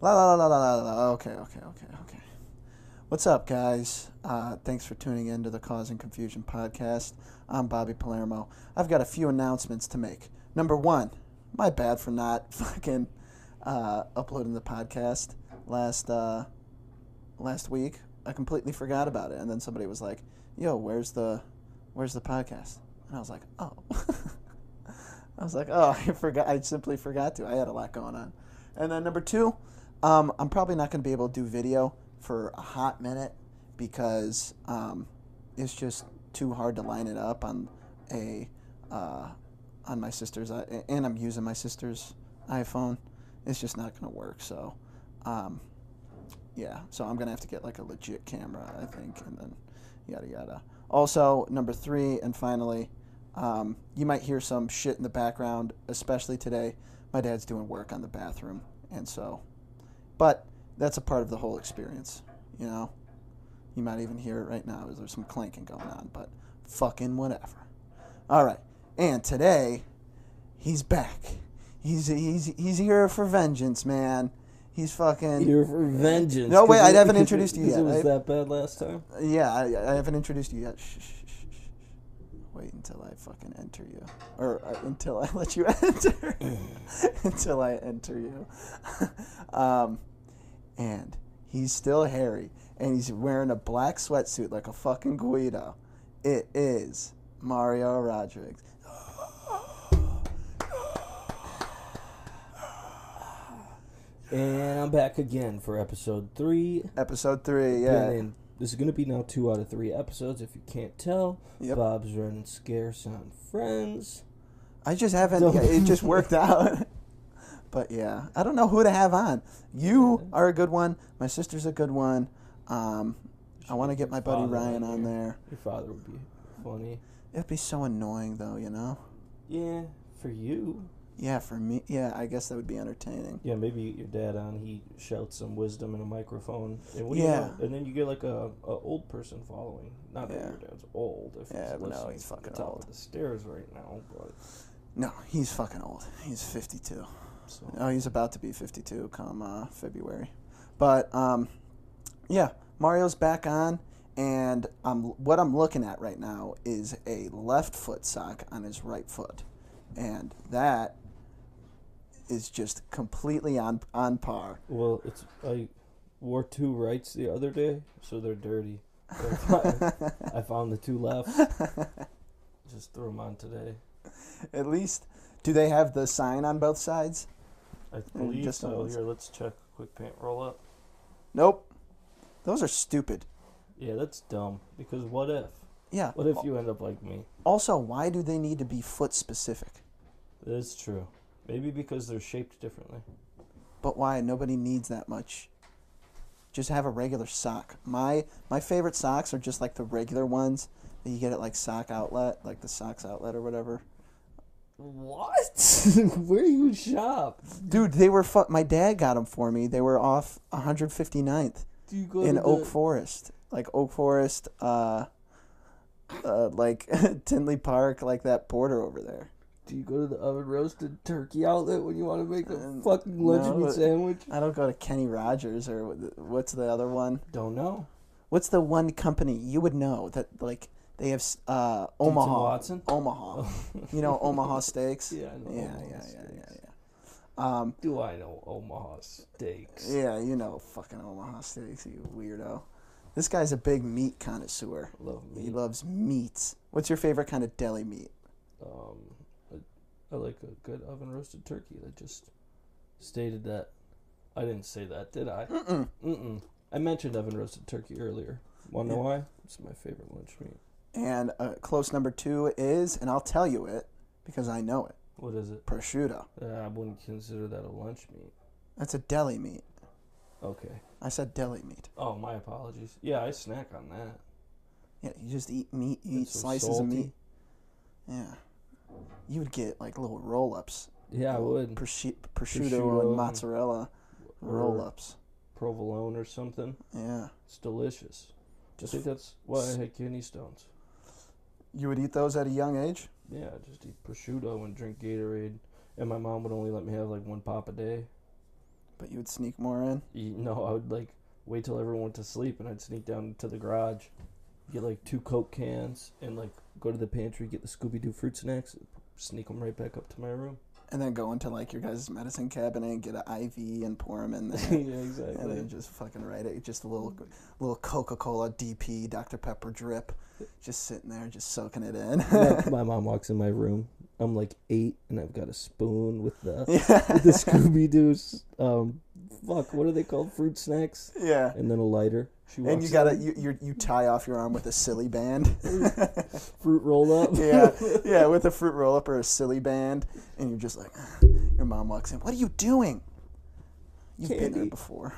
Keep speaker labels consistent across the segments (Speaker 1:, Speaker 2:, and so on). Speaker 1: La la la la la la. la. Okay, okay, okay, okay. What's up, guys? Uh, thanks for tuning in to the Cause and Confusion podcast. I'm Bobby Palermo. I've got a few announcements to make. Number one, my bad for not fucking uh, uploading the podcast last uh, last week. I completely forgot about it, and then somebody was like, "Yo, where's the where's the podcast?" And I was like, "Oh." I was like, "Oh, I forgot. I simply forgot to. I had a lot going on." And then number two, um, I'm probably not going to be able to do video for a hot minute because um, it's just too hard to line it up on a uh, on my sister's i- and I'm using my sister's iPhone. It's just not going to work. So, um, yeah. So I'm gonna have to get like a legit camera, I think, and then yada yada. Also, number three, and finally, um, you might hear some shit in the background, especially today. My dad's doing work on the bathroom, and so, but that's a part of the whole experience, you know. You might even hear it right now. There's some clanking going on, but fucking whatever. All right, and today he's back. He's he's he's here for vengeance, man. He's fucking
Speaker 2: You're for vengeance.
Speaker 1: No, wait,
Speaker 2: 'Cause
Speaker 1: I
Speaker 2: it-
Speaker 1: haven't
Speaker 2: 'cause
Speaker 1: introduced
Speaker 2: it-
Speaker 1: you
Speaker 2: 'cause
Speaker 1: yet,
Speaker 2: It was
Speaker 1: right?
Speaker 2: that bad last time.
Speaker 1: Yeah, I, I haven't introduced you yet. Shh, shh, shh, shh, shh. Wait until I fucking enter you, or uh, until I let you enter, until I enter you. um, and he's still hairy, and he's wearing a black sweatsuit like a fucking Guido. It is Mario Rodriguez.
Speaker 2: And I'm back again for episode three.
Speaker 1: Episode three,
Speaker 2: Been
Speaker 1: yeah.
Speaker 2: in- this is going to be now two out of three episodes, if you can't tell.
Speaker 1: Yep.
Speaker 2: Bob's running scarce on friends.
Speaker 1: I just haven't.
Speaker 2: No.
Speaker 1: yeah, It just worked out. but yeah, I don't know who to have on. You are a good one. My sister's a good one. Um, I want to get my buddy
Speaker 2: Father
Speaker 1: Ryan
Speaker 2: on
Speaker 1: on
Speaker 2: here.
Speaker 1: there.
Speaker 2: Your father would be funny.
Speaker 1: It'd be so annoying though, you know.
Speaker 2: Yeah, for you.
Speaker 1: Yeah, for me. Yeah, I guess that would be entertaining.
Speaker 2: Yeah, maybe you get your dad on. He shouts some wisdom in a microphone. And what do
Speaker 1: Yeah.
Speaker 2: you know? And then you get like a, a old person following. Not that
Speaker 1: Yeah.
Speaker 2: your dad's old. If
Speaker 1: Yeah,
Speaker 2: he's
Speaker 1: no,
Speaker 2: listening
Speaker 1: he's
Speaker 2: from the
Speaker 1: fucking
Speaker 2: top
Speaker 1: old.
Speaker 2: Of the stairs right now, but
Speaker 1: No, he's fucking old. He's 52.
Speaker 2: so.
Speaker 1: Oh, he's about to be 52 come uh, February. But um, yeah, Mario's back on, and I'm, what I'm looking at right now is a left foot sock on his right foot. And that is just completely on, on par.
Speaker 2: Well, it's I wore two rights the other day, so they're dirty. So I found- I found the two lefts. Just threw them on today.
Speaker 1: At least, do they have the sign on both sides?
Speaker 2: I believe
Speaker 1: Mm, just on
Speaker 2: so.
Speaker 1: one
Speaker 2: Here, let's check. Quick paint roll up.
Speaker 1: Nope. Those are stupid.
Speaker 2: Yeah, that's dumb. Because what if?
Speaker 1: Yeah.
Speaker 2: What if you end up like me?
Speaker 1: Also, why do they need to be foot specific?
Speaker 2: That's true. Maybe because they're shaped differently.
Speaker 1: But why? Nobody needs that much. Just have a regular sock. My my favorite socks are just like the regular ones that you get at like sock outlet, like the socks outlet or whatever.
Speaker 2: What? Where you shop?
Speaker 1: Dude, they were fu- my dad got them for me. They were off 159th
Speaker 2: Do you go
Speaker 1: in
Speaker 2: to
Speaker 1: Oak
Speaker 2: the-
Speaker 1: Forest. Like Oak Forest uh uh like Tinley Park, like that border over there.
Speaker 2: Do you go to the oven roasted turkey outlet when you want to make a
Speaker 1: Um,
Speaker 2: fucking lunch
Speaker 1: no,
Speaker 2: meat
Speaker 1: but-
Speaker 2: sandwich?
Speaker 1: I don't go to Kenny Rogers or wh- what's the other one?
Speaker 2: Don't know.
Speaker 1: What's the one company you would know that like they have s- uh, Omaha
Speaker 2: Watson? Oh.
Speaker 1: Omaha, you know Omaha Steaks.
Speaker 2: Yeah, I know
Speaker 1: yeah,
Speaker 2: Omaha
Speaker 1: yeah, yeah, yeah,
Speaker 2: Steaks.
Speaker 1: yeah. Um,
Speaker 2: Do I know Omaha steaks?
Speaker 1: yeah, you know fucking Omaha Steaks, you weirdo. This guy's a big meat connoisseur.
Speaker 2: Love
Speaker 1: He
Speaker 2: meat.
Speaker 1: loves meats. What's your favorite kind of deli meat?
Speaker 2: Um, I, I like a good oven roasted turkey. I just stated that. I didn't say that, did I?
Speaker 1: Mm-mm.
Speaker 2: Mm-mm. I mentioned oven roasted turkey earlier. Wanna know why? It's my favorite lunch meat.
Speaker 1: And uh, close number two is, and I'll tell you it because I know it.
Speaker 2: What is it?
Speaker 1: Prosciutto.
Speaker 2: Uh, I wouldn't consider that a lunch meat.
Speaker 1: That's a deli meat.
Speaker 2: Okay.
Speaker 1: I said deli meat.
Speaker 2: Oh, my apologies. Yeah, I snack on that.
Speaker 1: Yeah, you just eat meat. You eat
Speaker 2: That's so
Speaker 1: slices of
Speaker 2: salty.
Speaker 1: meat. Yeah. You would get like little roll ups.
Speaker 2: Yeah, I would.
Speaker 1: Prosci- prosciutto,
Speaker 2: Prosciutto.
Speaker 1: and mozzarella
Speaker 2: Or
Speaker 1: roll ups.
Speaker 2: Provolone or something.
Speaker 1: Yeah.
Speaker 2: It's delicious. I
Speaker 1: Just
Speaker 2: think that's why I had kidney stones.
Speaker 1: you would eat those at a young age?
Speaker 2: Yeah, I just eat prosciutto and drink Gatorade. And my mom would only let me have like one pop a day.
Speaker 1: But you would sneak more in.
Speaker 2: You know, I would like wait till everyone went to sleep, and I'd sneak down to the garage, get like two Coke cans, and like go to the pantry, get the Scooby Doo fruit snacks, sneak them right back up to my room.
Speaker 1: And then go into like your guys' medicine cabinet and get an IV and pour them in
Speaker 2: yeah,
Speaker 1: there. and
Speaker 2: exactly.
Speaker 1: then just fucking write it. Just a little, little Coca Cola DP, Dr Pepper drip, just sitting there, just soaking it in.
Speaker 2: Like, my mom walks in my room. I'm like eight, and I've got a spoon with the
Speaker 1: yeah,
Speaker 2: with the Scooby Doo's. Um, fuck, what are they called? Fruit snacks,
Speaker 1: yeah.
Speaker 2: and then a lighter. She walks
Speaker 1: And you gotta
Speaker 2: in,
Speaker 1: you you you tie off your arm with a silly band.
Speaker 2: fruit roll up.
Speaker 1: yeah, yeah, with a fruit roll up or a silly band, and you're just like, your mom walks in. What are you doing? You've been there
Speaker 2: Candy.
Speaker 1: before.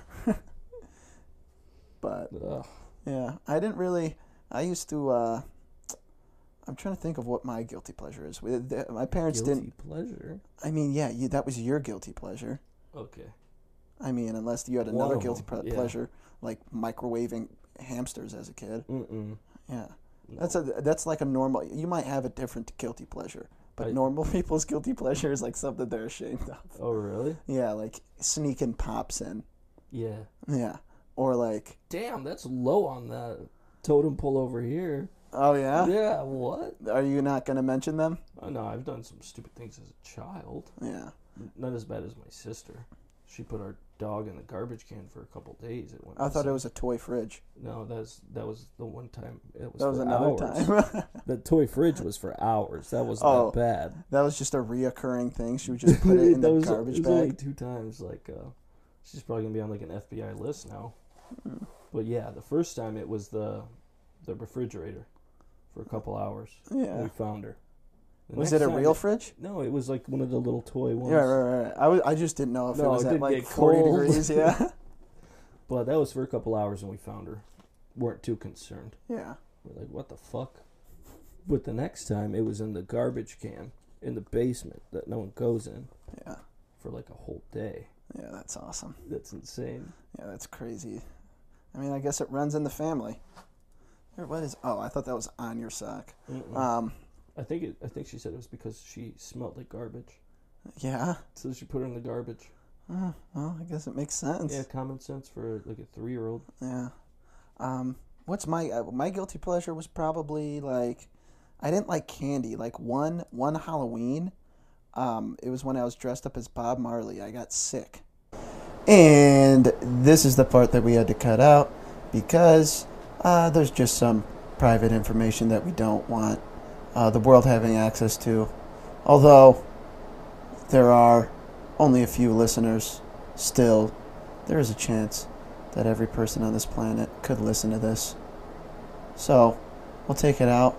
Speaker 1: but
Speaker 2: Ugh.
Speaker 1: yeah, I didn't really. I used to. uh I'm trying to think of what my guilty pleasure is. We- th- My parents
Speaker 2: Guilty
Speaker 1: didn't.
Speaker 2: pleasure.
Speaker 1: I mean, yeah, you, that was your guilty pleasure.
Speaker 2: Okay.
Speaker 1: I mean, unless you had
Speaker 2: One
Speaker 1: another
Speaker 2: of
Speaker 1: guilty
Speaker 2: them,
Speaker 1: pre-
Speaker 2: yeah.
Speaker 1: pleasure, like microwaving hamsters as a kid.
Speaker 2: Mm-mm.
Speaker 1: Yeah,
Speaker 2: No.
Speaker 1: that's a that's like a normal. You might have a different guilty pleasure, but
Speaker 2: I-
Speaker 1: normal people's guilty pleasure is like something they're ashamed of.
Speaker 2: Oh really?
Speaker 1: Yeah, like sneaking pops in.
Speaker 2: Yeah.
Speaker 1: Yeah, or like,
Speaker 2: Damn, that's low on that totem pole over here.
Speaker 1: oh yeah,
Speaker 2: Yeah. What?
Speaker 1: are you not gonna mention them?
Speaker 2: Oh, no, I've done some stupid things as a child.
Speaker 1: Yeah.
Speaker 2: Not as bad as my sister. She put our dog in the garbage can for a couple days. It went
Speaker 1: I thought it
Speaker 2: missing.
Speaker 1: was a toy fridge.
Speaker 2: No, that's that was the one time. It was
Speaker 1: That was
Speaker 2: for
Speaker 1: another
Speaker 2: hours.
Speaker 1: time.
Speaker 2: The toy fridge was for hours. That wasn't
Speaker 1: Oh.
Speaker 2: that bad.
Speaker 1: that was just a reoccurring thing. She would just put it in
Speaker 2: That
Speaker 1: the
Speaker 2: was-
Speaker 1: garbage
Speaker 2: it was only
Speaker 1: bag.
Speaker 2: two times. Like, uh, she's probably gonna be on like an FBI list now.
Speaker 1: Hmm.
Speaker 2: But yeah, the first time it was the the refrigerator for a couple hours.
Speaker 1: Yeah.
Speaker 2: We found her. The
Speaker 1: Was it
Speaker 2: next
Speaker 1: a
Speaker 2: time
Speaker 1: real fridge?
Speaker 2: no, it was like one of the little toy ones.
Speaker 1: Yeah, right, right, right. I, was, I just didn't know if it
Speaker 2: No,
Speaker 1: was
Speaker 2: it
Speaker 1: at
Speaker 2: didn't
Speaker 1: like
Speaker 2: get
Speaker 1: 40
Speaker 2: cold.
Speaker 1: degrees. Yeah.
Speaker 2: But that was for a couple hours, and we found her. weren't too concerned.
Speaker 1: yeah.
Speaker 2: We're like, what the fuck? But the next time, it was in the garbage can in the basement that no one goes in
Speaker 1: Yeah.
Speaker 2: for like a whole day.
Speaker 1: Yeah, that's awesome.
Speaker 2: That's insane.
Speaker 1: Yeah, that's crazy. I mean, I guess it runs in the family. Or What is? Oh, I thought that was on your sock.
Speaker 2: Mm-mm.
Speaker 1: Um,
Speaker 2: I think it, I think she said it was because she smelled like garbage,
Speaker 1: yeah.
Speaker 2: so she put her in the garbage.
Speaker 1: Oh, well, I guess it makes sense.
Speaker 2: Yeah, common sense for like a three year old.
Speaker 1: Yeah. Um, what's my uh, my guilty pleasure was probably like I didn't like candy. Like one one Halloween, um, it was when I was dressed up as Bob Marley. I got sick. And this is the part that we had to cut out because uh, there's just some private information that we don't want uh, the world having access to. Although there are only a few listeners still, there is a chance that every person on this planet could listen to this. So, we'll take it out.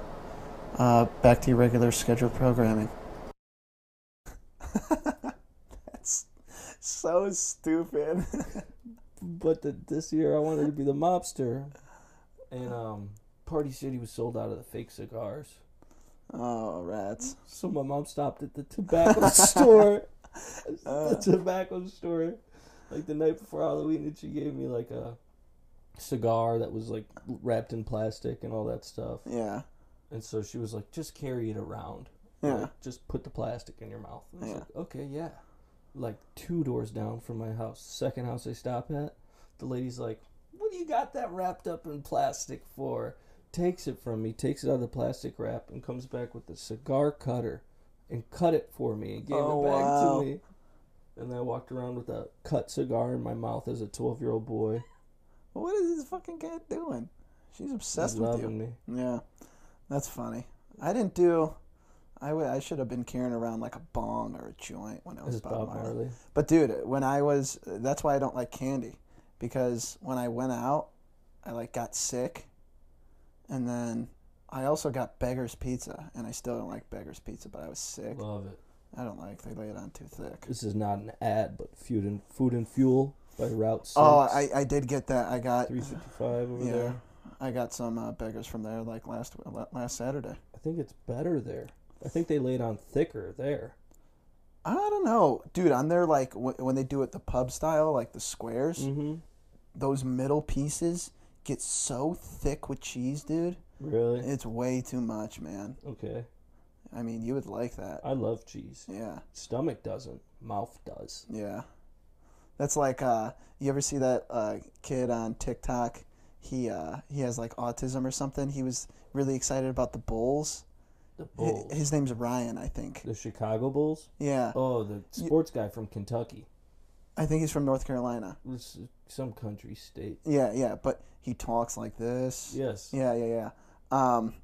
Speaker 1: Uh, back to your regular scheduled programming. That's so stupid.
Speaker 2: But the, this year, I wanted to be the mobster, and um, Party City was sold out of the fake cigars.
Speaker 1: Oh, rats.
Speaker 2: So my mom stopped at the tobacco store.
Speaker 1: Uh.
Speaker 2: the tobacco store, like the night before Halloween, and she gave me like a cigar that was like wrapped in plastic and all that stuff.
Speaker 1: Yeah.
Speaker 2: And so she was like, "Just carry it around.
Speaker 1: Yeah.
Speaker 2: Like, just put the plastic in your mouth." And I was
Speaker 1: Yeah.
Speaker 2: like, "Okay, yeah." Like two doors down from my house, second house I stop at, the lady's like, "What do you got that wrapped up in plastic for?" Takes it from me, takes it out of the plastic wrap, and comes back with the cigar cutter, and cut it for me and gave
Speaker 1: Oh,
Speaker 2: it back
Speaker 1: wow.
Speaker 2: to me. And I walked around with a cut cigar in my mouth as a twelve-year-old boy,
Speaker 1: What is this fucking cat doing? She's obsessed with you.
Speaker 2: loving me.
Speaker 1: Yeah, that's funny. I didn't do. I, w- I should have been carrying around like a bong or a joint when I was
Speaker 2: As
Speaker 1: Bob,
Speaker 2: Bob
Speaker 1: Marley.
Speaker 2: Marley.
Speaker 1: But dude, when I was, that's why I don't like candy, because when I went out, I like got sick, and then I also got Beggar's Pizza, and I still don't like Beggar's Pizza, but I was sick.
Speaker 2: Love it.
Speaker 1: I don't like they lay it on too thick.
Speaker 2: This is not an ad, but Food and Food and Fuel by Route Six.
Speaker 1: Oh, I, I did get that. I got
Speaker 2: three fifty five over
Speaker 1: yeah,
Speaker 2: there.
Speaker 1: I got some uh, Beggars from there like last uh, last Saturday.
Speaker 2: I think it's better there. I think they laid on thicker there.
Speaker 1: I don't know, dude. On their like w- when they do it the pub style, like the squares,
Speaker 2: Mm-hmm.
Speaker 1: those middle pieces get so thick with cheese, dude.
Speaker 2: Really?
Speaker 1: It's way too much, man.
Speaker 2: Okay.
Speaker 1: I mean, you would like that.
Speaker 2: I love cheese.
Speaker 1: Yeah,
Speaker 2: Stomach doesn't. Mouth does.
Speaker 1: yeah. That's like uh, you ever see that uh, kid on TikTok? He uh, he has like autism or something. He was really excited about the Bulls.
Speaker 2: The
Speaker 1: Hi-
Speaker 2: Bulls.
Speaker 1: His name's Ryan, I think.
Speaker 2: The Chicago Bulls?
Speaker 1: Yeah,
Speaker 2: Oh, the sports guy from Kentucky.
Speaker 1: I think he's from North Carolina.
Speaker 2: This is Some country state.
Speaker 1: Yeah, yeah, but he talks like this.
Speaker 2: Yes.
Speaker 1: Yeah, yeah, yeah. Um,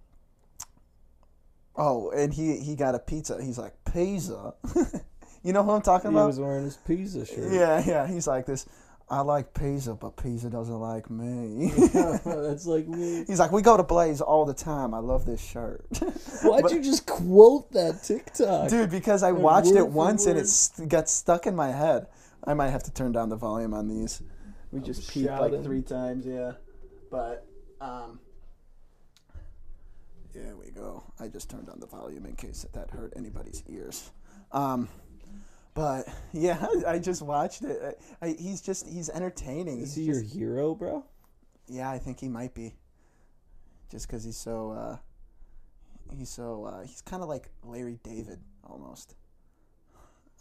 Speaker 1: oh, and he he got a pizza. He's like pizza. you know who I'm talking
Speaker 2: He
Speaker 1: about?
Speaker 2: was wearing his pizza shirt.
Speaker 1: Yeah, yeah. He's like this. I like pizza, but pizza doesn't like me.
Speaker 2: That's like me.
Speaker 1: he's like, we go to Blaze all the time. I love this shirt,
Speaker 2: Why'd
Speaker 1: But-
Speaker 2: you just quote that TikTok?
Speaker 1: dude. Because I watched
Speaker 2: word
Speaker 1: it
Speaker 2: for
Speaker 1: once and
Speaker 2: word.
Speaker 1: it st- got stuck in my head. I might have to turn down the volume on these. We just peeped like
Speaker 2: shouting.
Speaker 1: three times, yeah. But um, there we go. I just turned on the volume in case that, that hurt anybody's ears. Um, but yeah, I, I just watched it. I, I, he's just he's entertaining. He's
Speaker 2: Is he your
Speaker 1: just-
Speaker 2: hero, bro?
Speaker 1: Yeah, I think he might be. Just because he's so, uh, he's so, uh, he's kind of like Larry David almost.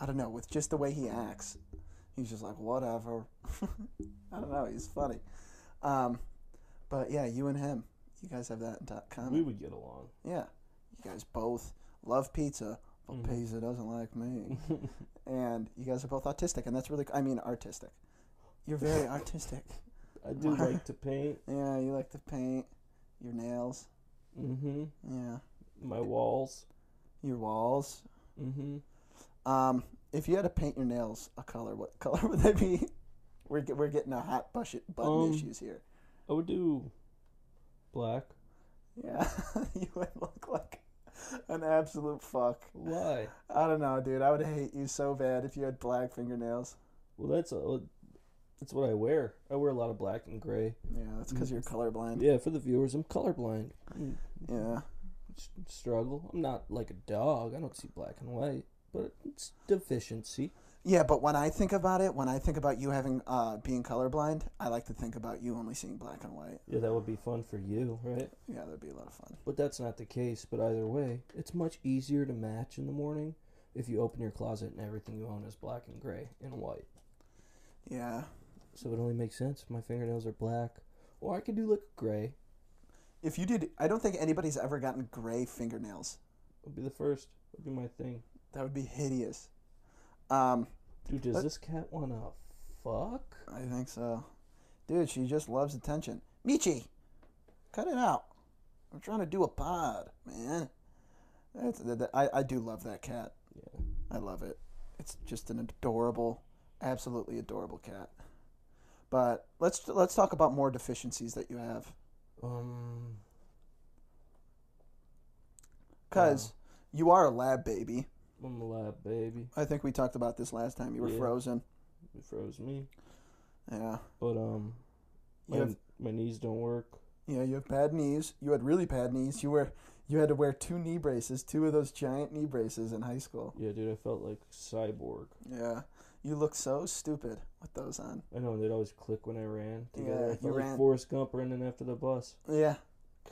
Speaker 1: I don't know, with just the way he acts. He's just like, whatever. I don't know, he's funny. Um, but yeah, you and him, you guys have that in dot-
Speaker 2: We
Speaker 1: common.
Speaker 2: would get along.
Speaker 1: Yeah, you guys both love pizza, but
Speaker 2: Mhm.
Speaker 1: pizza doesn't like me. and you guys are both autistic, and that's really, I mean, artistic. You're very artistic.
Speaker 2: I do like to paint.
Speaker 1: Yeah, you like to paint your nails.
Speaker 2: Mm-hmm.
Speaker 1: Yeah,
Speaker 2: My walls.
Speaker 1: your walls.
Speaker 2: Mm-hmm.
Speaker 1: Um, if you had to paint your nails a color, what color would they be? We're get, we're getting a hot button button
Speaker 2: Um,
Speaker 1: issues here.
Speaker 2: I would do black.
Speaker 1: Yeah, you would look like an absolute fuck.
Speaker 2: Why?
Speaker 1: I don't know, dude. I would hate you so bad if you had black fingernails.
Speaker 2: Well, that's a, that's what I wear. I wear a lot of black and gray.
Speaker 1: Yeah, that's because you're colorblind.
Speaker 2: Yeah, for the viewers, I'm colorblind. Mm,
Speaker 1: Yeah,
Speaker 2: s- Struggle. I'm not like a dog. I don't see black and white, but it's deficiency.
Speaker 1: yeah. But when I think about it, when I think about you having uh being colorblind, I like to think about you only seeing black and white.
Speaker 2: Yeah, that would be fun for you, right?
Speaker 1: Yeah, that'd be a lot of fun.
Speaker 2: But that's not the case. But either way, it's much easier to match in the morning if you open your closet and everything you own is black and gray and white.
Speaker 1: Yeah.
Speaker 2: So it only makes sense. if My fingernails are black, or I could do like gray.
Speaker 1: If you did, I don't think anybody's ever gotten gray fingernails.
Speaker 2: Would be the first. Would be my thing.
Speaker 1: That would be hideous. Um,
Speaker 2: Dude, does
Speaker 1: But-
Speaker 2: this cat wanna fuck?
Speaker 1: I think so. Dude, she just loves attention. Michi, cut it out. I'm trying to do a pod, man. That's, that, that- I, I do love that cat.
Speaker 2: Yeah.
Speaker 1: I love it. It's just an adorable, absolutely adorable cat. But let's let's talk about more deficiencies that you have,
Speaker 2: Um.
Speaker 1: because you are a lab baby.
Speaker 2: I'm a lab baby.
Speaker 1: I think we talked about this last time. You were
Speaker 2: Yeah.
Speaker 1: frozen.
Speaker 2: It froze me.
Speaker 1: Yeah.
Speaker 2: But um, my,
Speaker 1: You have
Speaker 2: my knees don't work.
Speaker 1: Yeah, you have bad knees. You had really bad knees. You were you had to wear two knee braces, two of those giant knee braces in high school.
Speaker 2: Yeah, dude, I felt like cyborg.
Speaker 1: Yeah. You look so stupid with those on.
Speaker 2: I know they'd always click when I ran together.
Speaker 1: Yeah,
Speaker 2: I
Speaker 1: you
Speaker 2: felt like
Speaker 1: ran.
Speaker 2: Forrest Gump running after the bus.
Speaker 1: Yeah.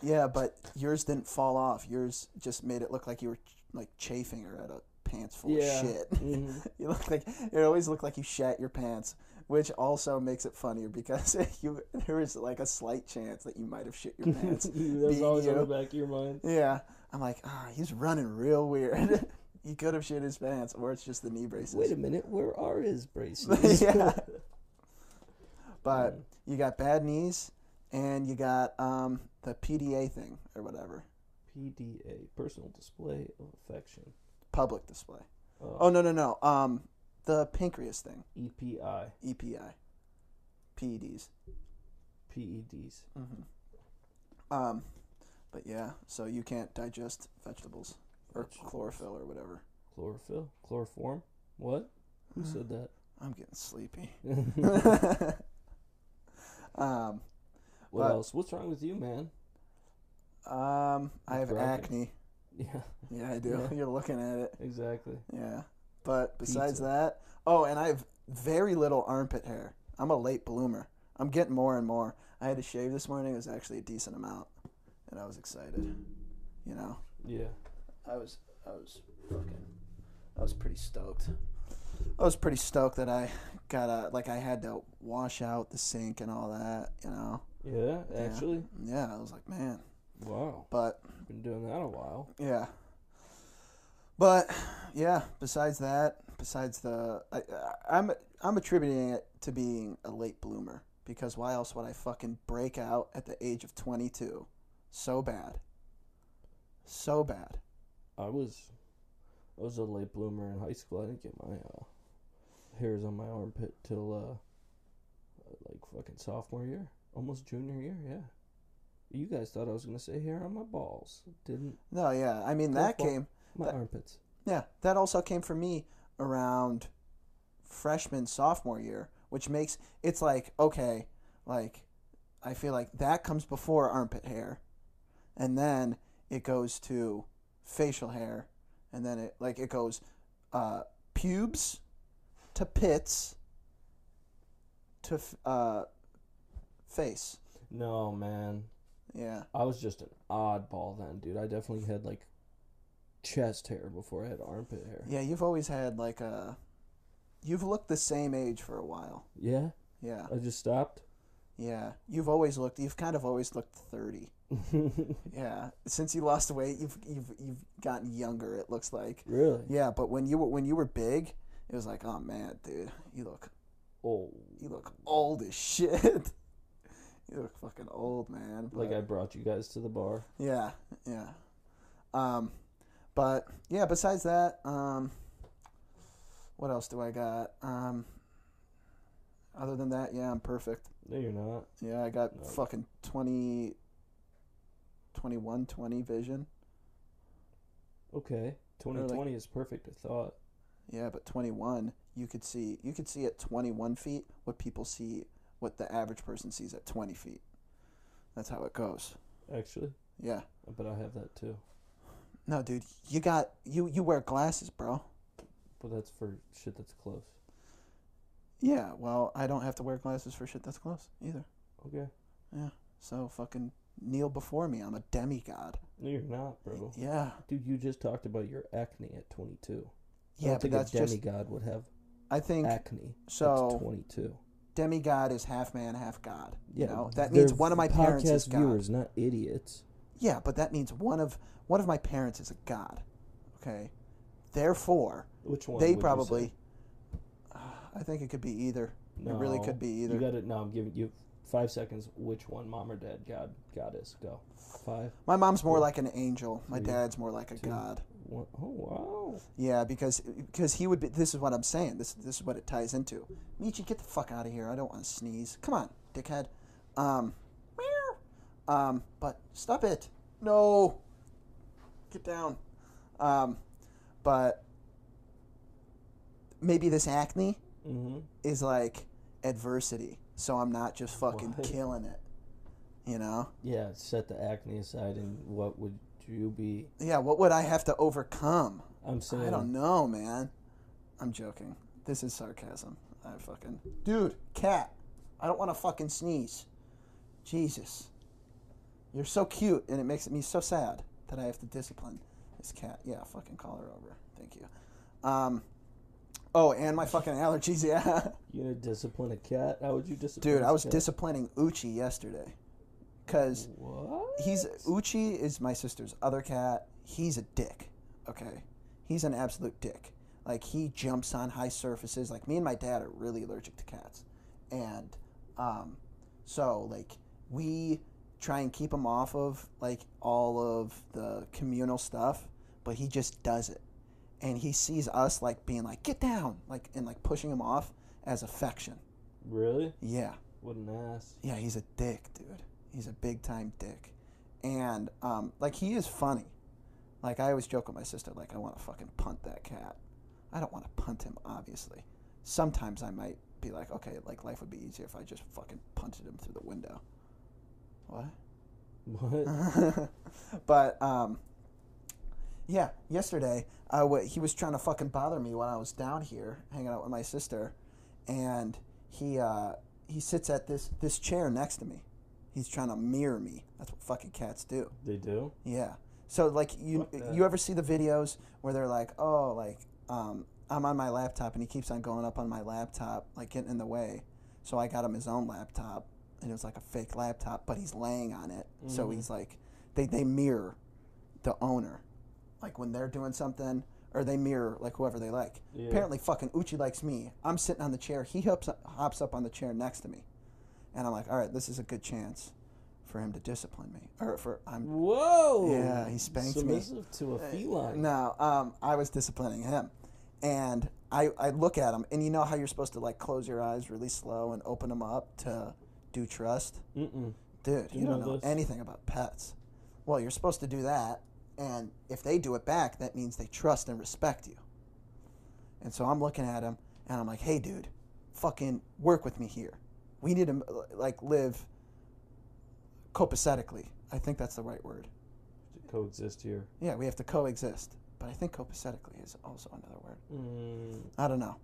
Speaker 1: Yeah, but yours didn't fall off. Yours just made it look like you were like chafing her at a pants full
Speaker 2: Yeah.
Speaker 1: of shit.
Speaker 2: hmm
Speaker 1: You look like it always looked like you shat your pants, which also makes it funnier because you there was like a slight chance that you might have shit your pants.
Speaker 2: That's Mm-hmm. always on
Speaker 1: you.
Speaker 2: the back of your mind.
Speaker 1: Yeah. I'm like, ah, he's running real weird. he could have shit his pants, or it's just the knee braces.
Speaker 2: Wait a minute, where are his braces? Um,
Speaker 1: yeah. But you got bad knees, and you got um, the PDA thing or whatever,
Speaker 2: PDA, personal display of affection.
Speaker 1: public display.
Speaker 2: Uh, E
Speaker 1: Oh no no no, um, the pancreas thing, E
Speaker 2: EPI,
Speaker 1: EPI, PEDs. E
Speaker 2: PEDs.
Speaker 1: Mm-hmm. Um, but yeah, so you can't digest vegetables or
Speaker 2: Vegetables.
Speaker 1: chlorophyll or whatever.
Speaker 2: Chlorophyll? Chloroform? What? Who
Speaker 1: Uh-huh.
Speaker 2: said that?
Speaker 1: I'm getting sleepy.
Speaker 2: what
Speaker 1: um, But-
Speaker 2: else? What's wrong with you, man?
Speaker 1: um, I have
Speaker 2: Groggy.
Speaker 1: acne.
Speaker 2: Yeah,
Speaker 1: Yeah, I do.
Speaker 2: Yeah.
Speaker 1: You're looking at it.
Speaker 2: exactly.
Speaker 1: Yeah. But besides
Speaker 2: Pizza.
Speaker 1: that, oh, and I have very little armpit hair. I'm a late bloomer. I'm getting more and more. I had to shave this morning. It was actually a decent amount, and I was excited. You know,
Speaker 2: Yeah.
Speaker 1: I was, I was fucking, I was pretty stoked. I was pretty stoked that I got a like I had to wash out the sink and all that. You know.
Speaker 2: Yeah,
Speaker 1: Yeah.
Speaker 2: actually.
Speaker 1: Yeah, I was like, man.
Speaker 2: Wow.
Speaker 1: But
Speaker 2: Been doing that a while.
Speaker 1: yeah. But yeah, besides that, besides the I, I- I'm I'm attributing it to being a late bloomer because why else would I fucking break out at the age of 22 so bad. So bad.
Speaker 2: I was I was a late bloomer in high school. I didn't get my uh, hairs on my armpit till uh like fucking sophomore year, almost junior year. Yeah. You guys thought I was gonna say hair on my balls. Didn't
Speaker 1: No, yeah. I mean that
Speaker 2: Well,
Speaker 1: came
Speaker 2: my
Speaker 1: That-
Speaker 2: armpits?
Speaker 1: Yeah, that also came for me around freshman sophomore year, which makes it's like okay, like I feel like that comes before armpit hair, and then it goes to facial hair, and then it like it goes uh, pubes to pits to f- uh, face.
Speaker 2: No man,
Speaker 1: Yeah,
Speaker 2: I was just an oddball then, dude. I definitely had like chest hair before I had armpit hair.
Speaker 1: yeah. You've always had like a you've looked the same age for a while.
Speaker 2: Yeah,
Speaker 1: Yeah.
Speaker 2: I just stopped.
Speaker 1: Yeah, you've always looked. You've kind of always looked thirty. Yeah, since you lost weight, you've you've you've gotten younger. It looks like.
Speaker 2: really?
Speaker 1: Yeah, but when you were when you were big, it was like, oh man, dude, you look
Speaker 2: Oh,
Speaker 1: you look old as shit. you look fucking old, man.
Speaker 2: like
Speaker 1: but-
Speaker 2: I brought you guys to the bar.
Speaker 1: yeah, yeah. Um, but yeah. Besides that, um, what else do I got? Um, other than that, yeah, I'm perfect.
Speaker 2: No, you're not.
Speaker 1: Yeah, I got
Speaker 2: No.
Speaker 1: fucking 20, 21, 20 vision.
Speaker 2: Okay. 2020 is perfect, I thought.
Speaker 1: Yeah, but 21, you could see, you could see at 21 feet what people see, what the average person sees at 20 feet. That's how it goes.
Speaker 2: Actually,
Speaker 1: Yeah.
Speaker 2: but I have that too.
Speaker 1: No, dude, you got, you, you wear glasses, bro.
Speaker 2: But that's for shit that's close.
Speaker 1: Yeah, well, I don't have to wear glasses for shit that's close either.
Speaker 2: Okay.
Speaker 1: So fucking kneel before me. I'm a demigod.
Speaker 2: No, you're not, bro.
Speaker 1: Yeah.
Speaker 2: Dude, you just talked about your acne at 22. I
Speaker 1: Yeah,
Speaker 2: don't
Speaker 1: but
Speaker 2: think
Speaker 1: that's
Speaker 2: a
Speaker 1: just,
Speaker 2: demigod would have
Speaker 1: I think,
Speaker 2: acne.
Speaker 1: so.
Speaker 2: That's 22.
Speaker 1: demigod is half man, half god.
Speaker 2: Yeah.
Speaker 1: You know, that
Speaker 2: they're
Speaker 1: means one of my parents is
Speaker 2: podcast
Speaker 1: God.
Speaker 2: viewers, not idiots.
Speaker 1: Yeah, but that means one of one of my parents is a god. Okay, therefore
Speaker 2: Which one?
Speaker 1: they
Speaker 2: would you
Speaker 1: probably.
Speaker 2: say?
Speaker 1: I think it could be either.
Speaker 2: No,
Speaker 1: It really could be either.
Speaker 2: You got it. No, I'm giving you five seconds. Which one, mom or dad? God, goddess, go. Five,
Speaker 1: my mom's more
Speaker 2: Four,
Speaker 1: like an angel. My
Speaker 2: three,
Speaker 1: dad's more like a
Speaker 2: two.
Speaker 1: god.
Speaker 2: one. Oh wow.
Speaker 1: Yeah, because because he would be. This is what I'm saying. This this is what it ties into. Michi, get the fuck out of here. I don't want to sneeze. Come on, dickhead. Um, meow. um, but stop it. No, get down. Um, but maybe this acne
Speaker 2: Mm-hmm.
Speaker 1: is like adversity. So I'm not just fucking
Speaker 2: What?
Speaker 1: killing it. You know?
Speaker 2: Yeah, set the acne aside, and what would you be?
Speaker 1: Yeah. What would I have to overcome?
Speaker 2: I'm saying.
Speaker 1: I don't know, man. I'm joking. This is sarcasm. I fucking dude, cat. I don't want to fucking sneeze. Jesus, you're so cute, and it makes me so sad that I have to discipline this cat. Yeah, fucking call her over. Thank you. Um. Oh, and my fucking allergies. Yeah,
Speaker 2: You gonna discipline a cat? How would you discipline?
Speaker 1: dude, I
Speaker 2: a
Speaker 1: was
Speaker 2: cat?
Speaker 1: disciplining Uchi yesterday, cause
Speaker 2: What?
Speaker 1: he's Uchi is my sister's other cat. He's a dick. Okay. He's an absolute dick. Like he jumps on high surfaces. Like me and my dad are really allergic to cats. And um so like we try and keep him off of like all of the communal stuff, but he just does it. And he sees us like being like, get down like and like pushing him off as affection.
Speaker 2: really.
Speaker 1: Yeah.
Speaker 2: What an ass.
Speaker 1: Yeah, he's a dick, dude. He's a big time dick, and um, like he is funny. Like I always joke with my sister, like I want to fucking punt that cat. I don't want to punt him, obviously. Sometimes I might be like, okay, like life would be easier if I just fucking punted him through the window. What?
Speaker 2: What?
Speaker 1: but um, yeah, yesterday I wa he was trying to fucking bother me when I was down here hanging out with my sister, and he uh, he sits at this this chair next to me. He's trying to mirror me. That's what fucking cats do.
Speaker 2: they do.
Speaker 1: Yeah. So like you
Speaker 2: Fuck that.
Speaker 1: you ever see the videos where they're like, oh, like um, I'm on my laptop and he keeps on going up on my laptop, like getting in the way. So I got him his own laptop and it was like a fake laptop, but he's laying on it. So
Speaker 2: Mhm.
Speaker 1: he's like, they, they mirror the owner. Like when they're doing something, or they mirror like whoever they like.
Speaker 2: Yeah.
Speaker 1: Apparently, fucking Uchi likes me. I'm sitting on the chair. He hops up, hops up on the chair next to me. And I'm like, all right, this is a good chance for him to discipline me. Or for, I'm
Speaker 2: Whoa.
Speaker 1: Yeah, he spanked me. Uh,
Speaker 2: Submissive to a feline.
Speaker 1: no, um, I was disciplining him, and I I look at him, and you know how you're supposed to like close your eyes really slow and open them up to do trust,
Speaker 2: Mm-mm.
Speaker 1: dude.
Speaker 2: You
Speaker 1: you don't
Speaker 2: know
Speaker 1: know
Speaker 2: this.
Speaker 1: anything about pets. Well, you're supposed to do that, and if they do it back, that means they trust and respect you. And so I'm looking at him, and I'm like, hey, dude, fucking work with me here. We need to like live copacetically. I think that's the right word.
Speaker 2: To coexist here.
Speaker 1: Yeah, we have to coexist. But I think copacetically is also another word.
Speaker 2: Mm.
Speaker 1: I don't know.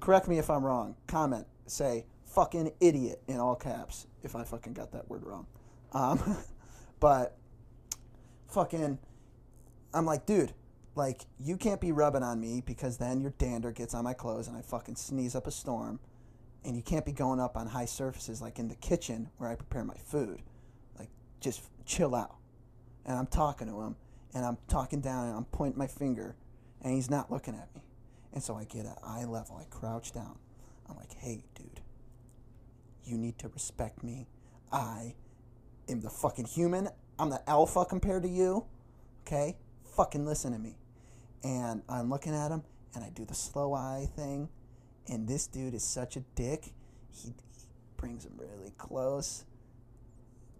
Speaker 1: Correct me if I'm wrong. Comment. Say fucking idiot in all caps if I fucking got that word wrong. Um, but fucking, I'm like, dude, like, you can't be rubbing on me because then your dander gets on my clothes and I fucking sneeze up a storm. And you can't be going up on high surfaces like in the kitchen where I prepare my food. Like, just chill out. And I'm talking to him and I'm talking down and I'm pointing my finger and he's not looking at me. And so I get at eye level. I crouch down. I'm like, hey, dude, you need to respect me. I am the fucking human. I'm the alpha compared to you. Okay? Fucking listen to me. And I'm looking at him and I do the slow eye thing. And this dude is such a dick. He, he brings him really close,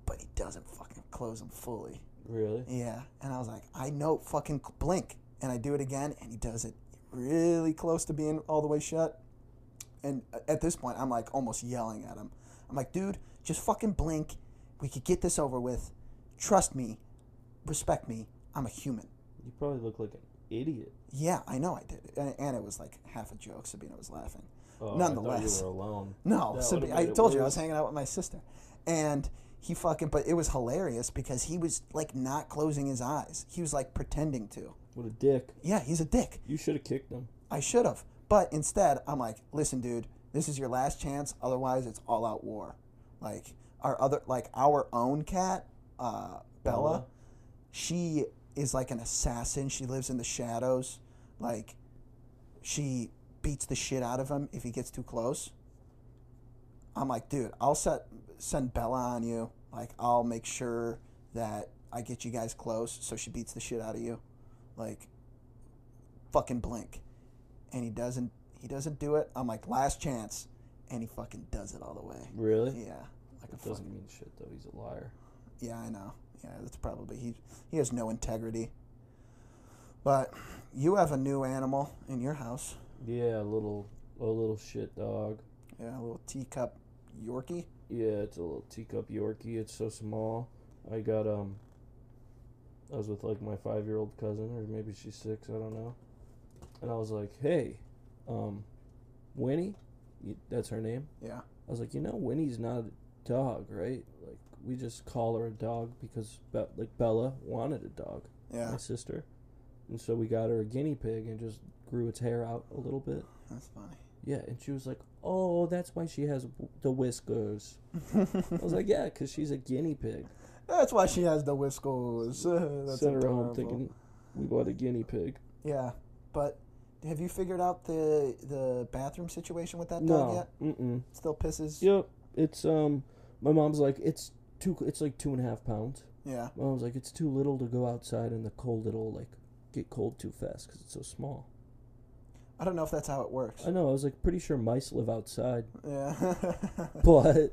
Speaker 1: but he doesn't fucking close him fully.
Speaker 2: Really?
Speaker 1: Yeah, and I was like, I know, fucking blink, and I do it again, and he does it really close to being all the way shut. And uh, at this point, I'm like almost yelling at him. I'm like, dude, just fucking blink. We could get this over with. Trust me, respect me. I'm a human.
Speaker 2: You probably look like an idiot.
Speaker 1: Yeah, I know I did, and, and it was like half a joke. Sabina was laughing.
Speaker 2: Oh, I thought
Speaker 1: Nonetheless.
Speaker 2: you were alone.
Speaker 1: No,
Speaker 2: That
Speaker 1: so
Speaker 2: would've
Speaker 1: I
Speaker 2: made it
Speaker 1: told you I
Speaker 2: worse.
Speaker 1: was hanging out with my sister, and he fucking. But it was hilarious because he was like not closing his eyes. He was like pretending to.
Speaker 2: What a dick.
Speaker 1: Yeah, he's a dick.
Speaker 2: You should have kicked him.
Speaker 1: I should have. But instead, I'm like, listen, dude, this is your last chance. Otherwise, it's all out war. Like our other, like our own cat, uh, Bella,
Speaker 2: Bella.
Speaker 1: she is like an assassin. She lives in the shadows. Like she beats the shit out of him if he gets too close. I'm like, dude, I'll set send Bella on you. Like I'll make sure that I get you guys close, so she beats the shit out of you. Like fucking blink and he doesn't he doesn't do it i'm like last chance and he fucking does it all the way
Speaker 2: Really?
Speaker 1: yeah like a
Speaker 2: That doesn't
Speaker 1: fucking
Speaker 2: mean shit though. He's a liar.
Speaker 1: yeah i know yeah that's probably he he has no integrity but you have a new animal in your house
Speaker 2: Yeah, a little, a little shit dog.
Speaker 1: yeah a little teacup yorkie
Speaker 2: Yeah, it's a little teacup Yorkie. It's so small. I got um. I was with like my five-year-old cousin, or maybe she's six. I don't know. And I was like, "Hey, um, Winnie, y- that's her name."
Speaker 1: yeah
Speaker 2: I was like, "You know, Winnie's not a dog, right? Like, we just call her a dog because, Be- like, Bella wanted a dog,
Speaker 1: yeah
Speaker 2: my sister, and so we got her a guinea pig and just grew its hair out a little bit."
Speaker 1: that's funny
Speaker 2: Yeah, and she was like, "Oh, that's why she has w- the whiskers." I was like, "Yeah, 'cause she's a guinea pig."
Speaker 1: that's why she has the whiskers that's
Speaker 2: Sent her home
Speaker 1: adorable.
Speaker 2: thinking we bought a guinea pig.
Speaker 1: yeah but have you figured out the the bathroom situation with that dog
Speaker 2: No,
Speaker 1: yet
Speaker 2: mm-mm.
Speaker 1: still pisses
Speaker 2: Yep, it's um. My mom's like, it's too. It's like two and a half pounds.
Speaker 1: yeah
Speaker 2: My mom's like, it's too little to go outside in the cold. It'll like get cold too fast 'cause it's so small.
Speaker 1: i don't know if that's how it works
Speaker 2: I know. I was like, pretty sure mice live outside,
Speaker 1: Yeah.
Speaker 2: but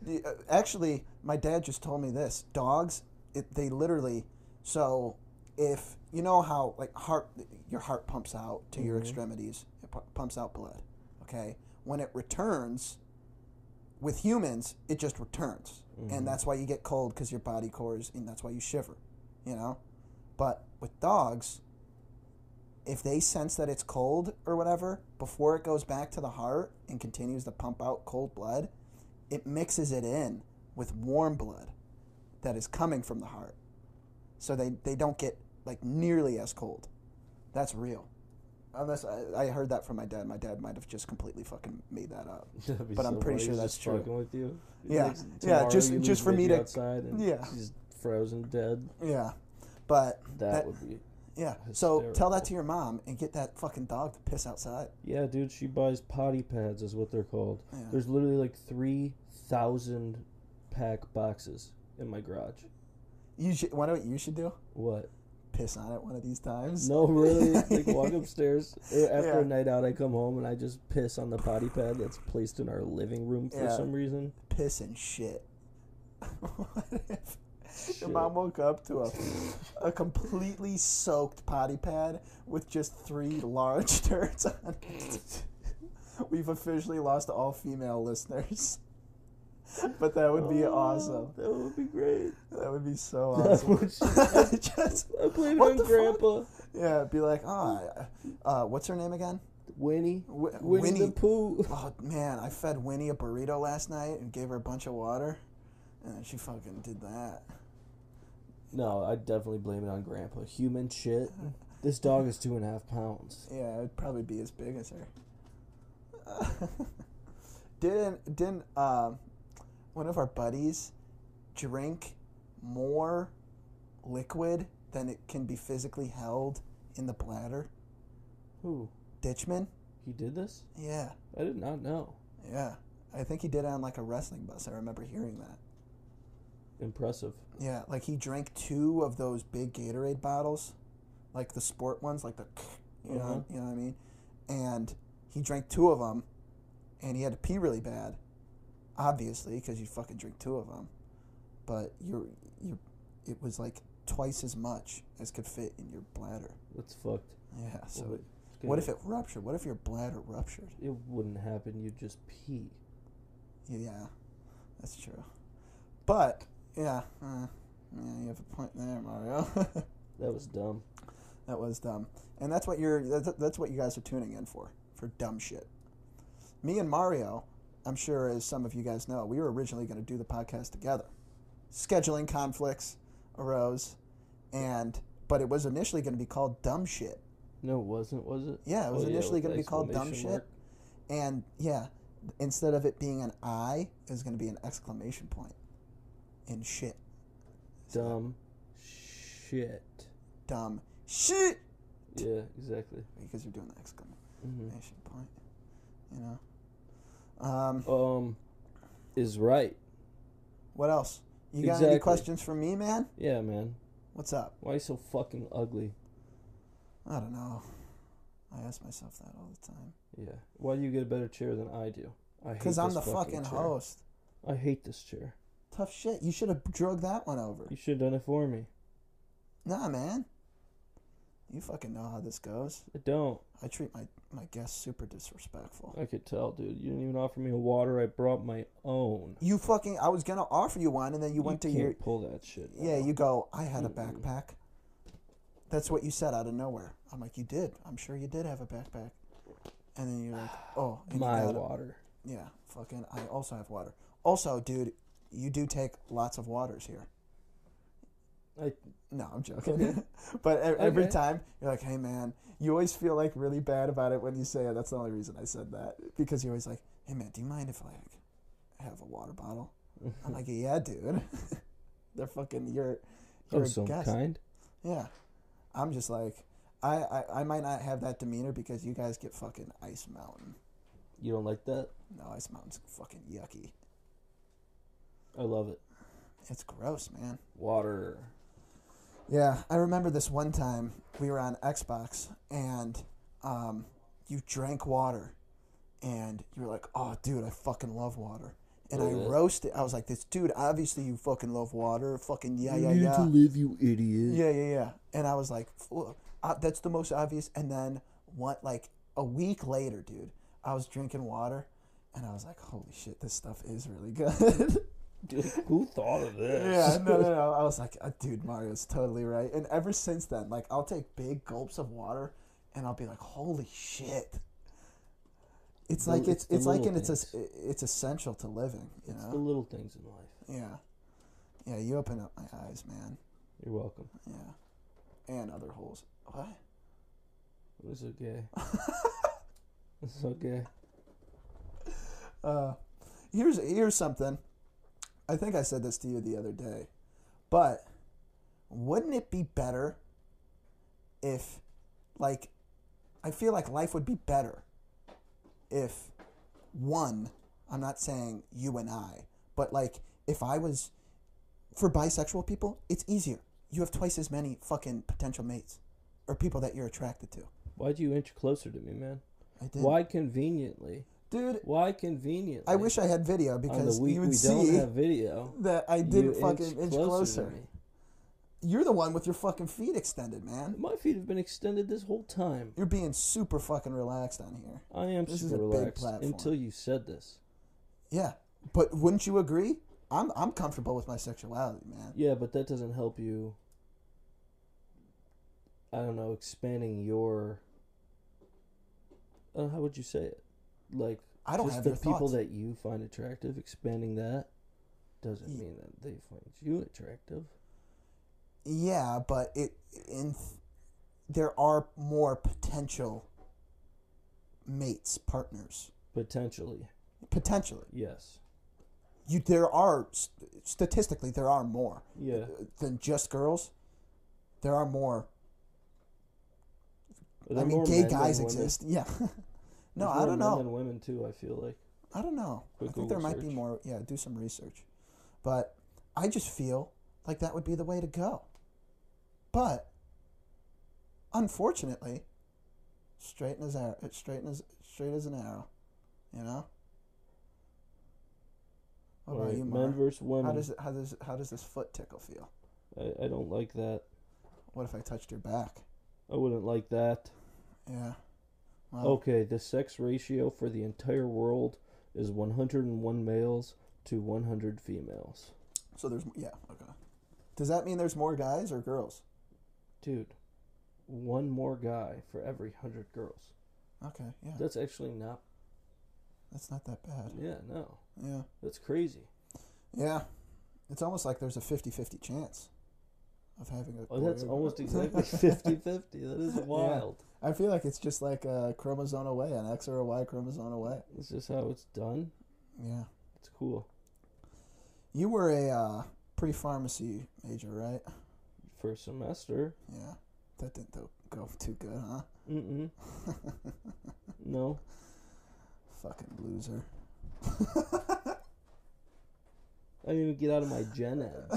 Speaker 1: The- uh, Actually, my dad just told me this. Dogs, it, they literally. So, if you know how like heart, your heart pumps out to your
Speaker 2: Mhm.
Speaker 1: extremities, it pu- pumps out blood. Okay, when it returns, with humans, it just returns,
Speaker 2: Mhm.
Speaker 1: and that's why you get cold because your body cores, and that's why you shiver. You know, but with dogs, if they sense that it's cold or whatever, before it goes back to the heart and continues to pump out cold blood, it mixes it in with warm blood that is coming from the heart. So they, they don't get like nearly as cold. That's real. Unless I, I heard that from my dad. My dad might have just completely fucking made that up.
Speaker 2: That'd be
Speaker 1: But I'm
Speaker 2: so
Speaker 1: pretty
Speaker 2: funny.
Speaker 1: sure
Speaker 2: He's
Speaker 1: that's
Speaker 2: just
Speaker 1: true.
Speaker 2: Fucking with you.
Speaker 1: Yeah.
Speaker 2: Like,
Speaker 1: Yeah,
Speaker 2: tomorrow
Speaker 1: just-
Speaker 2: you
Speaker 1: just
Speaker 2: leave
Speaker 1: for me
Speaker 2: Nikki
Speaker 1: to-
Speaker 2: outside and
Speaker 1: Yeah.
Speaker 2: she's frozen dead.
Speaker 1: Yeah. But
Speaker 2: That,
Speaker 1: That-
Speaker 2: would be
Speaker 1: yeah, so tell that
Speaker 2: Hysterical.
Speaker 1: to your mom and get that fucking dog to piss outside.
Speaker 2: yeah, dude. She buys potty pads, is what they're called.
Speaker 1: Yeah.
Speaker 2: There's literally like three thousand pack boxes in my garage.
Speaker 1: You should. Why don't you should do?
Speaker 2: What?
Speaker 1: Piss on it one of these times.
Speaker 2: No, really. like walk upstairs uh, after
Speaker 1: Yeah.
Speaker 2: a night out. I come home and I just piss on the potty pad that's placed in our living room for
Speaker 1: Yeah.
Speaker 2: some reason.
Speaker 1: Piss and shit. what if
Speaker 2: Shit.
Speaker 1: your mom woke up to a a completely soaked potty pad with just three large turds on it? We've officially lost all female listeners. But that would be
Speaker 2: Oh,
Speaker 1: awesome.
Speaker 2: That would be great.
Speaker 1: That would be so
Speaker 2: That
Speaker 1: awesome.
Speaker 2: would-
Speaker 1: Just-
Speaker 2: I blame it
Speaker 1: What
Speaker 2: on
Speaker 1: the fuck?
Speaker 2: Grandpa.
Speaker 1: yeah, be like, oh, uh, what's her name again?
Speaker 2: Winnie.
Speaker 1: Wi-
Speaker 2: Winnie, the Pooh.
Speaker 1: Oh man, I fed Winnie a burrito last night and gave her a bunch of water, and then she fucking did that.
Speaker 2: No, I definitely blame it on Grandpa. Human shit. This dog is two and a half pounds.
Speaker 1: Yeah, it'd probably be as big as her. didn't didn't um, one of our buddies drink more liquid than it can be physically held in the bladder?
Speaker 2: Who?
Speaker 1: Ditchman?
Speaker 2: He did this?
Speaker 1: Yeah,
Speaker 2: I did not know.
Speaker 1: yeah. I think he did it on like a wrestling bus. I remember hearing that.
Speaker 2: Impressive.
Speaker 1: Yeah, like he drank two of those big Gatorade bottles, like the sport ones, like the, you know,
Speaker 2: Uh-huh.
Speaker 1: you know what I mean. And he drank two of them, and he had to pee really bad, obviously, because you fucking drink two of them. But you're you, it was like twice as much as could fit in your bladder.
Speaker 2: That's fucked.
Speaker 1: Yeah. So
Speaker 2: Well,
Speaker 1: it-
Speaker 2: it's
Speaker 1: what
Speaker 2: gonna-
Speaker 1: if it ruptured? What if your bladder ruptured?
Speaker 2: It wouldn't happen. You'd just pee.
Speaker 1: Yeah, that's true. But yeah, uh, yeah, you have a point there, Mario.
Speaker 2: That was dumb.
Speaker 1: That was dumb, and that's what you're. That's, that's what you guys are tuning in for, for dumb shit. Me and Mario, I'm sure, as some of you guys know, we were originally going to do the podcast together. Scheduling conflicts arose, and but it was initially going to be called dumb shit.
Speaker 2: No, it wasn't, was it?
Speaker 1: Yeah, it was
Speaker 2: Oh,
Speaker 1: initially
Speaker 2: with
Speaker 1: going to be called dumb
Speaker 2: exclamation
Speaker 1: shit,
Speaker 2: mark.
Speaker 1: and yeah, instead of it being an I, it was going to be an exclamation point, in shit,
Speaker 2: Dumb shit.
Speaker 1: dumb shit,
Speaker 2: Yeah, exactly.
Speaker 1: because you're doing the exclamation.
Speaker 2: hmm
Speaker 1: exclamation point. You know. Um,
Speaker 2: Um, is right.
Speaker 1: what else? You got
Speaker 2: Exactly.
Speaker 1: any questions for me, man?
Speaker 2: Yeah, man.
Speaker 1: What's up?
Speaker 2: Why you so fucking ugly?
Speaker 1: I don't know. I ask myself that all the time.
Speaker 2: Yeah. Why do you get a better chair than I do? I hate
Speaker 1: Cause I'm
Speaker 2: this
Speaker 1: the fucking,
Speaker 2: chair.
Speaker 1: host.
Speaker 2: I hate this chair.
Speaker 1: Tough shit. You should have drug that one over.
Speaker 2: You should have done it for me.
Speaker 1: Nah, man. You fucking know how this goes.
Speaker 2: I don't.
Speaker 1: I treat my my guests super disrespectful.
Speaker 2: I could tell, dude. You didn't even offer me a water. I brought my own.
Speaker 1: You fucking. I was gonna offer you one, and then you went to
Speaker 2: can't
Speaker 1: your.
Speaker 2: pull that shit.
Speaker 1: Yeah,
Speaker 2: now.
Speaker 1: you go. I had a
Speaker 2: Mm-mm.
Speaker 1: backpack. That's what you said out of nowhere. I'm like, you did. I'm sure you did have a backpack. And then you're like, oh, and you
Speaker 2: my
Speaker 1: got it.
Speaker 2: water.
Speaker 1: Yeah, fucking. I also have water. Also, dude, you do take lots of waters here.
Speaker 2: I-
Speaker 1: No, I'm joking. but e- every
Speaker 2: Okay.
Speaker 1: time you're like, hey man, you always feel like really bad about it when you say it. That's the only reason I said that because you're always like, hey man, do you mind if I like, have a water bottle? I'm like, yeah, dude. They're fucking. You're.
Speaker 2: Of
Speaker 1: You're a
Speaker 2: some
Speaker 1: guest.
Speaker 2: kind.
Speaker 1: Yeah. I'm just like, I, I, I might not have that demeanor because you guys get fucking Ice Mountain.
Speaker 2: You don't like that?
Speaker 1: No, Ice Mountain's fucking yucky.
Speaker 2: I love it.
Speaker 1: It's gross, man.
Speaker 2: Water.
Speaker 1: Yeah, I remember this one time we were on Xbox and um, you drank water and you were like, oh, dude, I fucking love water. And I
Speaker 2: Yeah.
Speaker 1: roasted. I was like, this dude, obviously you fucking love water. Fucking yeah, yeah, yeah.
Speaker 2: live, you idiot.
Speaker 1: Yeah, yeah, yeah. And I was like, "Well, uh, that's the most obvious. And then what? Like a week later, dude, I was drinking water, and I was like, holy shit, this stuff is really good.
Speaker 2: Dude, who thought of this?
Speaker 1: yeah, no, no, no. I was like, uh dude, Mario's totally right. And ever since then, like, I'll take big gulps of water, and I'll be like, holy shit. It's
Speaker 2: The-
Speaker 1: like
Speaker 2: it's
Speaker 1: it's
Speaker 2: the
Speaker 1: it's like
Speaker 2: little
Speaker 1: and it's es- it's essential to living, you
Speaker 2: It's the
Speaker 1: know.
Speaker 2: little things in life.
Speaker 1: Yeah, yeah. You open up my eyes, man.
Speaker 2: You're welcome.
Speaker 1: Yeah, and other holes. What?
Speaker 2: It was okay. it's okay.
Speaker 1: Uh, here's here's something. I think I said this to you the other day, but wouldn't it be better if, like, I feel like life would be better if one. I'm not saying you and I, but like if I was for bisexual people, it's easier. You have twice as many fucking potential mates or people that you're attracted to.
Speaker 2: Why'd you inch closer to me, man?
Speaker 1: I did.
Speaker 2: Why conveniently?
Speaker 1: Dude,
Speaker 2: Why conveniently?
Speaker 1: I wish I had video
Speaker 2: on the
Speaker 1: because
Speaker 2: week
Speaker 1: you
Speaker 2: we
Speaker 1: would
Speaker 2: don't
Speaker 1: see
Speaker 2: have video.
Speaker 1: that I didn't
Speaker 2: you
Speaker 1: fucking
Speaker 2: inched
Speaker 1: inch
Speaker 2: closer
Speaker 1: closer.
Speaker 2: to me.
Speaker 1: You're the one with your fucking feet extended, man.
Speaker 2: My feet have been extended this whole time.
Speaker 1: You're being super fucking relaxed on here.
Speaker 2: I am
Speaker 1: This is
Speaker 2: super
Speaker 1: a big
Speaker 2: relaxed
Speaker 1: platform.
Speaker 2: until you said this.
Speaker 1: Yeah, but wouldn't you agree? I'm I'm comfortable with my sexuality, man.
Speaker 2: Yeah, but that doesn't help you. I don't know, expanding your. Uh, how would you say it? Like
Speaker 1: I don't
Speaker 2: just
Speaker 1: have
Speaker 2: the
Speaker 1: your
Speaker 2: people
Speaker 1: thoughts.
Speaker 2: that you find attractive. Expanding that doesn't
Speaker 1: Ye-
Speaker 2: mean that they find you attractive.
Speaker 1: Yeah, but it in there are more potential mates, partners
Speaker 2: Potentially,
Speaker 1: potentially.
Speaker 2: yes.
Speaker 1: You there are st- statistically there are more
Speaker 2: Yeah,
Speaker 1: than just girls. There are more.
Speaker 2: Are there
Speaker 1: I mean,
Speaker 2: more
Speaker 1: gay
Speaker 2: men than
Speaker 1: guys
Speaker 2: women?
Speaker 1: exist. Yeah. no,
Speaker 2: There's
Speaker 1: I
Speaker 2: more
Speaker 1: don't
Speaker 2: men
Speaker 1: know.
Speaker 2: than women too. I feel like
Speaker 1: I don't know.
Speaker 2: Quick
Speaker 1: I think there
Speaker 2: Google
Speaker 1: might be
Speaker 2: search.
Speaker 1: more. Yeah, do some research. But I just feel like that would be the way to go. But unfortunately, straight as arrow, straight as straight as an arrow, you know. What about
Speaker 2: Alright,
Speaker 1: you,
Speaker 2: men
Speaker 1: Mark?
Speaker 2: versus
Speaker 1: How
Speaker 2: women.
Speaker 1: does how does how does this foot tickle feel?
Speaker 2: I, I don't like that.
Speaker 1: What if I touched your back?
Speaker 2: I wouldn't like that.
Speaker 1: Yeah. Well,
Speaker 2: Okay, the sex ratio for the entire world is 101 males to 100 females.
Speaker 1: so there's yeah okay. Does that mean there's more guys or girls?
Speaker 2: Dude, one more guy for every 100 girls.
Speaker 1: Okay, yeah,
Speaker 2: That's actually not.
Speaker 1: that's not that bad.
Speaker 2: Yeah, no.
Speaker 1: Yeah.
Speaker 2: That's crazy.
Speaker 1: Yeah. It's almost like there's a 50 50 chance of having a.
Speaker 2: Oh, that's
Speaker 1: boy or-
Speaker 2: almost exactly 50 50. That is wild.
Speaker 1: I feel like it's just like a chromosome away, an X or a Y chromosome away.
Speaker 2: It's just how it's done.
Speaker 1: Yeah.
Speaker 2: It's cool.
Speaker 1: You were a uh, pre pharmacy major, right?
Speaker 2: First semester.
Speaker 1: Yeah. That didn't do- go too good, huh?
Speaker 2: Mm mm. no.
Speaker 1: Fucking loser.
Speaker 2: I didn't even get out of my gen ed.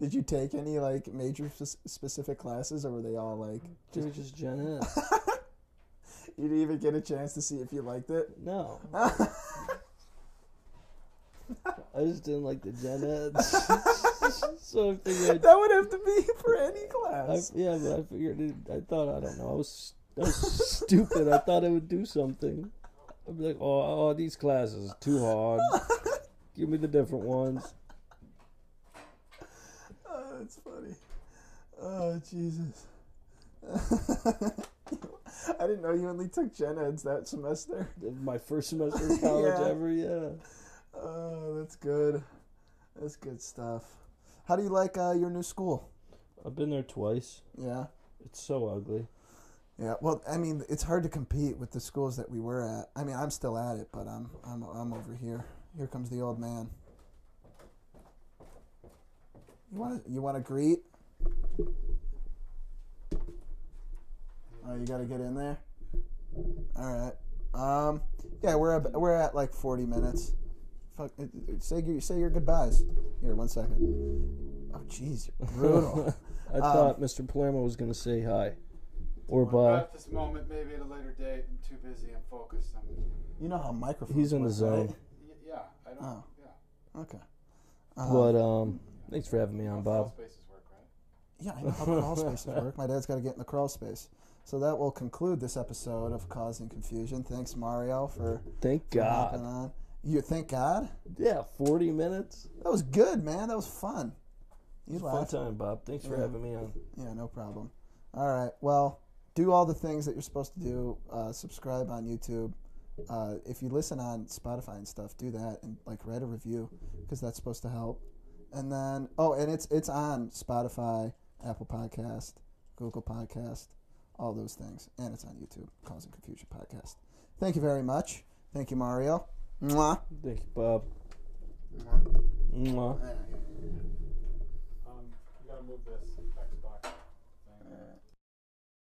Speaker 1: Did you take any like major s- specific classes, or were they all like
Speaker 2: Just, just gen ed.
Speaker 1: you didn't even get a chance to see if you liked it?
Speaker 2: No. I just didn't like the gen eds. so I figured.
Speaker 1: That would have to be for any
Speaker 2: I,
Speaker 1: class.
Speaker 2: yeah, but I figured it, I thought, I don't know. I was, I was stupid. I thought I would do something. I'd be like, oh, oh, these classes, too hard. Give me the different ones.
Speaker 1: Oh, that's funny. Oh, Jesus. I didn't know you only took gen eds that semester.
Speaker 2: My first semester of college
Speaker 1: Yeah.
Speaker 2: ever, yeah.
Speaker 1: Oh, that's good. That's good stuff. How do you like uh, your new school?
Speaker 2: I've been there twice.
Speaker 1: Yeah.
Speaker 2: It's so ugly.
Speaker 1: Yeah. Well, I mean, it's hard to compete with the schools that we were at. I mean, I'm still at it, but I'm I'm I'm over here. Here comes the old man. You want to you want to greet? Oh, you got to get in there. All right. Um. Yeah, we're ab- we're at like 40 minutes. Fuck. it- it- Say your say your goodbyes. Here, one second. Oh, jeez, you're brutal.
Speaker 2: I thought Mr. Palermo was going to say hi or bye.
Speaker 3: At this moment, maybe at a later date. I'm too busy and focused. I'm,
Speaker 1: you know how microphones.
Speaker 2: He's in the
Speaker 1: work, right?
Speaker 2: zone.
Speaker 3: y- yeah, I don't.
Speaker 1: Oh.
Speaker 3: Yeah.
Speaker 1: Okay.
Speaker 2: But um, thanks for having me on,
Speaker 3: Crawl
Speaker 2: Bob.
Speaker 3: spaces work, right?
Speaker 1: Yeah, I know how crawl spaces work. My dad's got to get in the crawl space. So that will conclude this episode of Causing Confusion. Thanks, Mario, for
Speaker 2: Thank
Speaker 1: for hopping
Speaker 2: God.
Speaker 1: on. You thank God.
Speaker 2: Yeah, 40 minutes.
Speaker 1: That was good, man. That was fun. You
Speaker 2: It's a fun
Speaker 1: laughed.
Speaker 2: time, Bob. Thanks for
Speaker 1: Yeah.
Speaker 2: having me on.
Speaker 1: Yeah, no problem. All right. Well, do all the things that you're supposed to do. Uh, subscribe on YouTube. Uh, if you listen on Spotify and stuff, do that and like write a review because that's supposed to help. And then oh, and it's it's on Spotify, Apple Podcast, Google Podcast, all those things. And it's on YouTube, Causing Confusion Podcast. Thank you very much. Thank you, Mario. Mwah.
Speaker 2: Thank you, Bob.
Speaker 3: Um,
Speaker 2: Mwah.
Speaker 3: you gotta move this back to box.